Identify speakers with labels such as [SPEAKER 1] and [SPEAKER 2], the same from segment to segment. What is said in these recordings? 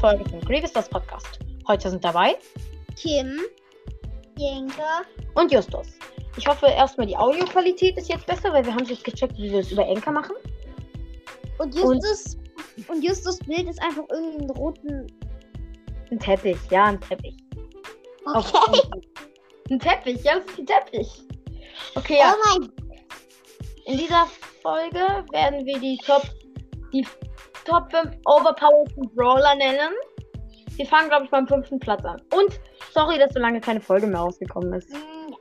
[SPEAKER 1] Folge vom Grievous das Podcast. Heute sind dabei
[SPEAKER 2] Kim, Jenka,
[SPEAKER 1] und Justus. Ich hoffe erstmal die Audioqualität ist jetzt besser, weil wir haben jetzt gecheckt, wie wir es über Enker machen.
[SPEAKER 2] und Justus und, Justus Bild ist einfach irgendeinen roten.
[SPEAKER 1] Ein Teppich, ja, ein Teppich. Auf- ein Teppich, ja, das ist ein Teppich. Okay, ja.
[SPEAKER 2] Oh mein
[SPEAKER 1] In dieser Folge werden wir die Top, die Top 5 overpowerten Brawler nennen. Wir fangen, glaube ich, beim fünften Platz an. Und sorry, dass so lange keine Folge mehr rausgekommen ist.
[SPEAKER 2] Gott.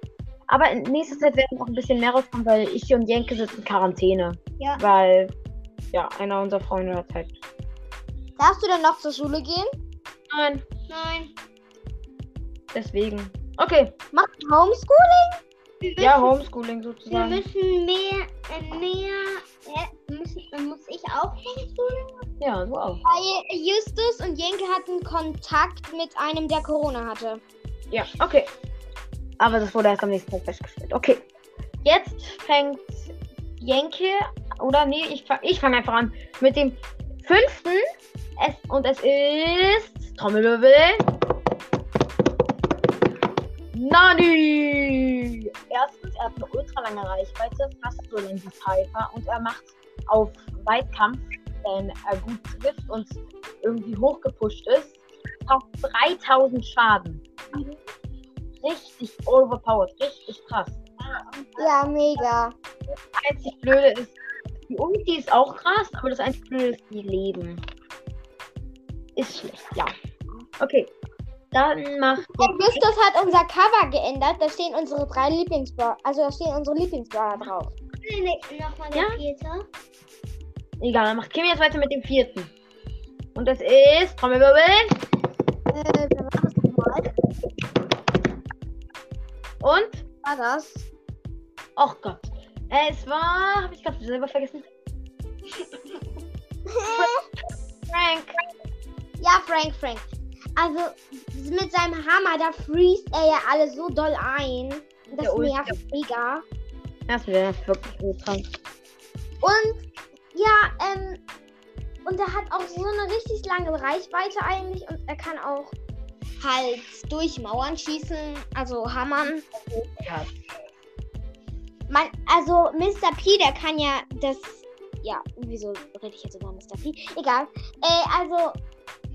[SPEAKER 1] Aber in nächster Zeit werden auch ein bisschen mehr rauskommen, weil ich und Jenke sind in Quarantäne.
[SPEAKER 2] Ja.
[SPEAKER 1] Weil, ja, einer unserer Freunde hat halt.
[SPEAKER 2] Darfst du denn noch zur Schule gehen?
[SPEAKER 1] Nein,
[SPEAKER 2] Nein.
[SPEAKER 1] deswegen. Okay,
[SPEAKER 2] Macht Homeschooling?
[SPEAKER 1] ja, Homeschooling
[SPEAKER 2] Wir
[SPEAKER 1] sozusagen.
[SPEAKER 2] müssen mehr, äh, mehr, äh, müssen, äh, muss ich auch Homeschooling?
[SPEAKER 1] Ja, du auch.
[SPEAKER 2] Weil Justus und Jenke hatten Kontakt mit einem, der Corona hatte.
[SPEAKER 1] Ja, okay. Aber das wurde erst am nächsten Tag festgestellt. Okay. Jetzt fängt Jenke, oder nee, ich, fa- ich fange einfach an mit dem fünften. Es, und es ist Trommelwirbel. Nani! Erstens, er hat eine ultra lange Reichweite, fast so lang wie Piper. Und er macht auf Weitkampf, wenn er gut trifft und irgendwie hochgepusht ist, fast 3000 Schaden richtig overpowered, richtig krass.
[SPEAKER 2] Ja, mega.
[SPEAKER 1] Einzig Blöde ist, die Ulti ist auch krass, aber das einzig Blöde ist, die leben. Ist schlecht, ja. Okay, dann macht
[SPEAKER 2] Und Justus hat unser Cover geändert. Da stehen unsere drei Lieblingsbrawler. Also da stehen unsere Lieblingsbrawler drauf. Nochmal
[SPEAKER 1] der Ja.
[SPEAKER 2] vierte.
[SPEAKER 1] egal, dann macht Kim jetzt weiter mit dem vierten. Und das ist Trommelwirbel
[SPEAKER 2] Äh, wer war das nochmal?
[SPEAKER 1] und
[SPEAKER 2] War das?
[SPEAKER 1] oh Gott, es war, habe ich gerade selber vergessen. Frank.
[SPEAKER 2] ja, Frank, Frank. Also mit seinem Hammer, da freest er ja alle so doll ein. Das
[SPEAKER 1] Der Ulti.
[SPEAKER 2] nervt mega.
[SPEAKER 1] Das wäre wirklich gut dran.
[SPEAKER 2] Und ja, ähm, und er hat auch so eine richtig lange Reichweite eigentlich und er kann auch halt durch Mauern schießen, also hammern.
[SPEAKER 1] Ja.
[SPEAKER 2] Man, also Mr. P, der kann ja das. Ja, wieso rede ich jetzt über Mr. P? Egal. Äh, also,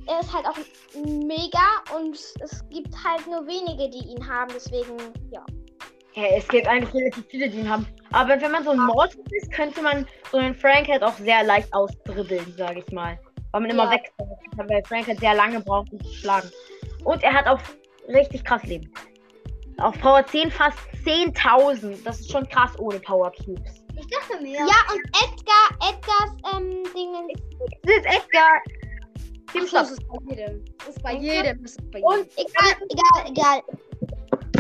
[SPEAKER 2] er ist halt auch mega und es gibt halt nur wenige, die ihn haben, deswegen, ja.
[SPEAKER 1] Ja, es gibt eigentlich relativ viele, die ihn haben. Aber wenn man so ein Mortis ist, könnte man so einen Frank halt auch sehr leicht ausdribbeln, sage ich mal. Weil man immer
[SPEAKER 2] Ja.
[SPEAKER 1] weg kann, weil Frank halt sehr lange braucht, um zu schlagen. Und er hat auch richtig krass Leben. Auf Power 10 fast 10.000. Das ist schon krass ohne Power Cubes.
[SPEAKER 2] Ja, und Edgar, Edgars ähm, Dingen.
[SPEAKER 1] Das ist Edgar. Team
[SPEAKER 3] Ach,
[SPEAKER 1] Stop.
[SPEAKER 3] das ist bei jedem. Das ist bei jedem. Das ist bei jedem.
[SPEAKER 1] Und
[SPEAKER 2] Egal, egal, egal.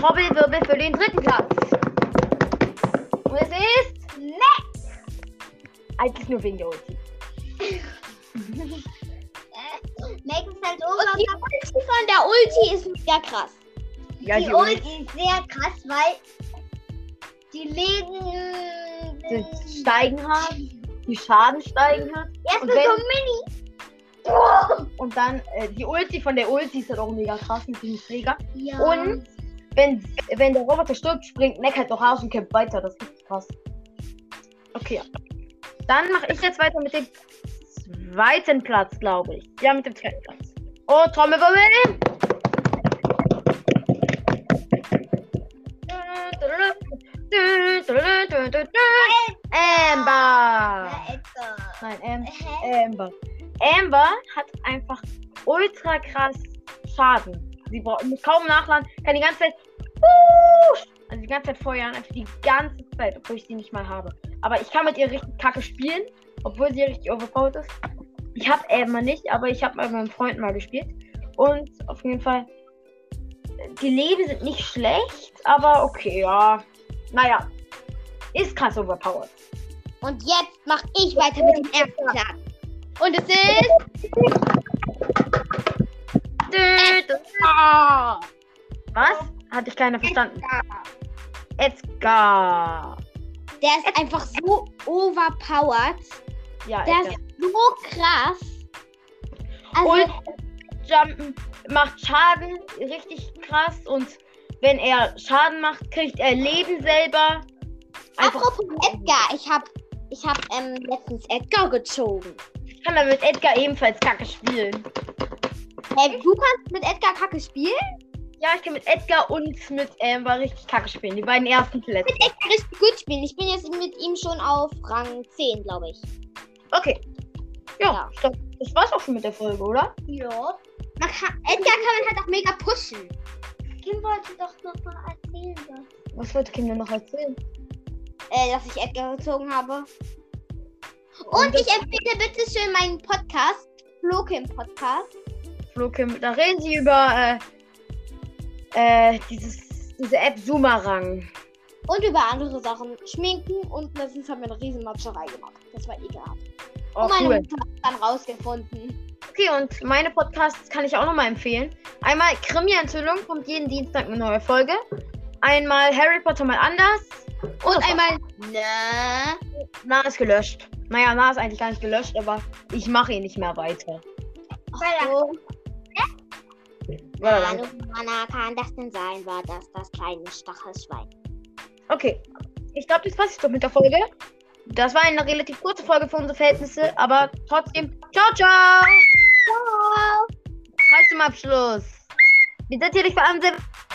[SPEAKER 1] Hobbelwirbel für den dritten Platz. Und es ist Max. Eigentlich nur wegen der Ulti.
[SPEAKER 2] Max ist halt und die Ulti von der Ulti ist mega krass.
[SPEAKER 1] Ja,
[SPEAKER 2] die Ulti ist sehr krass, weil die Leben
[SPEAKER 1] die steigen hat, die Schaden steigen hat und
[SPEAKER 2] Erstmal
[SPEAKER 1] wenn-
[SPEAKER 2] so mini.
[SPEAKER 1] und dann äh, die Ulti von der Ulti ist halt auch mega krass mit diesem Träger.
[SPEAKER 2] Ja.
[SPEAKER 1] Und wenn, wenn der Roboter stirbt, springt Mac halt noch raus und kämpft weiter. Das ist richtig krass. Okay. Dann mache ich jetzt weiter mit dem zweiten Platz, glaube ich. Ja, mit dem zweiten Platz. Oh, Trommelwirbel! Amber! Nein, Amber. Amber. Amber hat einfach ultra krass Schaden. Sie braucht muss kaum nachladen, kann die ganze Zeit. Wusch! Also die ganze Zeit feuern, einfach die ganze Zeit, obwohl ich sie nicht mal habe. Aber ich kann mit ihr richtig kacke spielen, obwohl sie richtig overpowered ist. Ich habe Amber nicht, aber ich habe mal mit meinem Freund mal gespielt. Und auf jeden Fall, die Leben sind nicht schlecht, aber okay, ja. Naja, ist krass overpowered.
[SPEAKER 2] Und jetzt mache ich weiter mit dem ersten Platz.
[SPEAKER 3] Und es ist.
[SPEAKER 1] Ah. Was?
[SPEAKER 2] Oh.
[SPEAKER 1] Hatte ich keiner verstanden. Edgar.
[SPEAKER 2] Der ist einfach so overpowered.
[SPEAKER 1] Ja,
[SPEAKER 2] Der
[SPEAKER 1] Edgar.
[SPEAKER 2] ist so krass. Also,
[SPEAKER 1] Und Jumpen macht Schaden richtig krass und wenn er Schaden macht, kriegt er Leben selber. Einfach-
[SPEAKER 2] Apropos Edgar, ich hab, ich hab ähm, letztens Edgar gezogen.
[SPEAKER 1] Ich kann dann mit Edgar ebenfalls Kacke spielen.
[SPEAKER 2] Hey, du kannst mit Edgar Kacke spielen?
[SPEAKER 1] Ja, ich kann mit Edgar und mit Amber richtig Kacke spielen. Die beiden ersten zuletzt.
[SPEAKER 2] Mit Edgar richtig gut spielen. Ich bin jetzt mit ihm schon auf Rang 10, glaube ich.
[SPEAKER 1] Okay. Ja,
[SPEAKER 2] Ja.
[SPEAKER 1] stopp. das war's auch schon mit der Folge, oder?
[SPEAKER 2] Ja. Man kann, Edgar kann man halt auch mega pushen.
[SPEAKER 4] Kim wollte doch noch mal erzählen, was.
[SPEAKER 1] Was wollte Kim denn noch erzählen?
[SPEAKER 2] Äh, dass ich Edgar gezogen habe. Und ich empfehle bitte schön meinen Podcast, Flokim Podcast.
[SPEAKER 1] Flo Kim, da reden sie über äh, äh, dieses, diese App Sumarang.
[SPEAKER 2] Und über andere Sachen. Schminken und letztens haben wir eine riesen Matscherei gemacht. Das war ekelhaft.
[SPEAKER 1] Oh,
[SPEAKER 2] und meine
[SPEAKER 1] cool.
[SPEAKER 2] Mutter hat dann rausgefunden.
[SPEAKER 1] Okay, und meine Podcasts kann ich auch nochmal empfehlen. Einmal Krimi-Enthüllung kommt jeden Dienstag eine neue Folge. Einmal Harry Potter mal anders.
[SPEAKER 2] Und einmal, ne?
[SPEAKER 1] Na ist gelöscht. Naja, Na ist eigentlich gar nicht gelöscht, aber ich mache ihn nicht mehr weiter.
[SPEAKER 2] Ach so.
[SPEAKER 1] War lang.
[SPEAKER 2] Hallo, Mana, kann das denn sein? War das das kleine Stachelschwein?
[SPEAKER 1] Okay, ich glaube, das passt jetzt doch mit der Folge. Das war eine relativ kurze Folge für unsere Verhältnisse, aber trotzdem. Ciao, ciao!
[SPEAKER 2] Ciao!
[SPEAKER 1] Halt zum Abschluss. Wir sind hier nicht verantwortlich.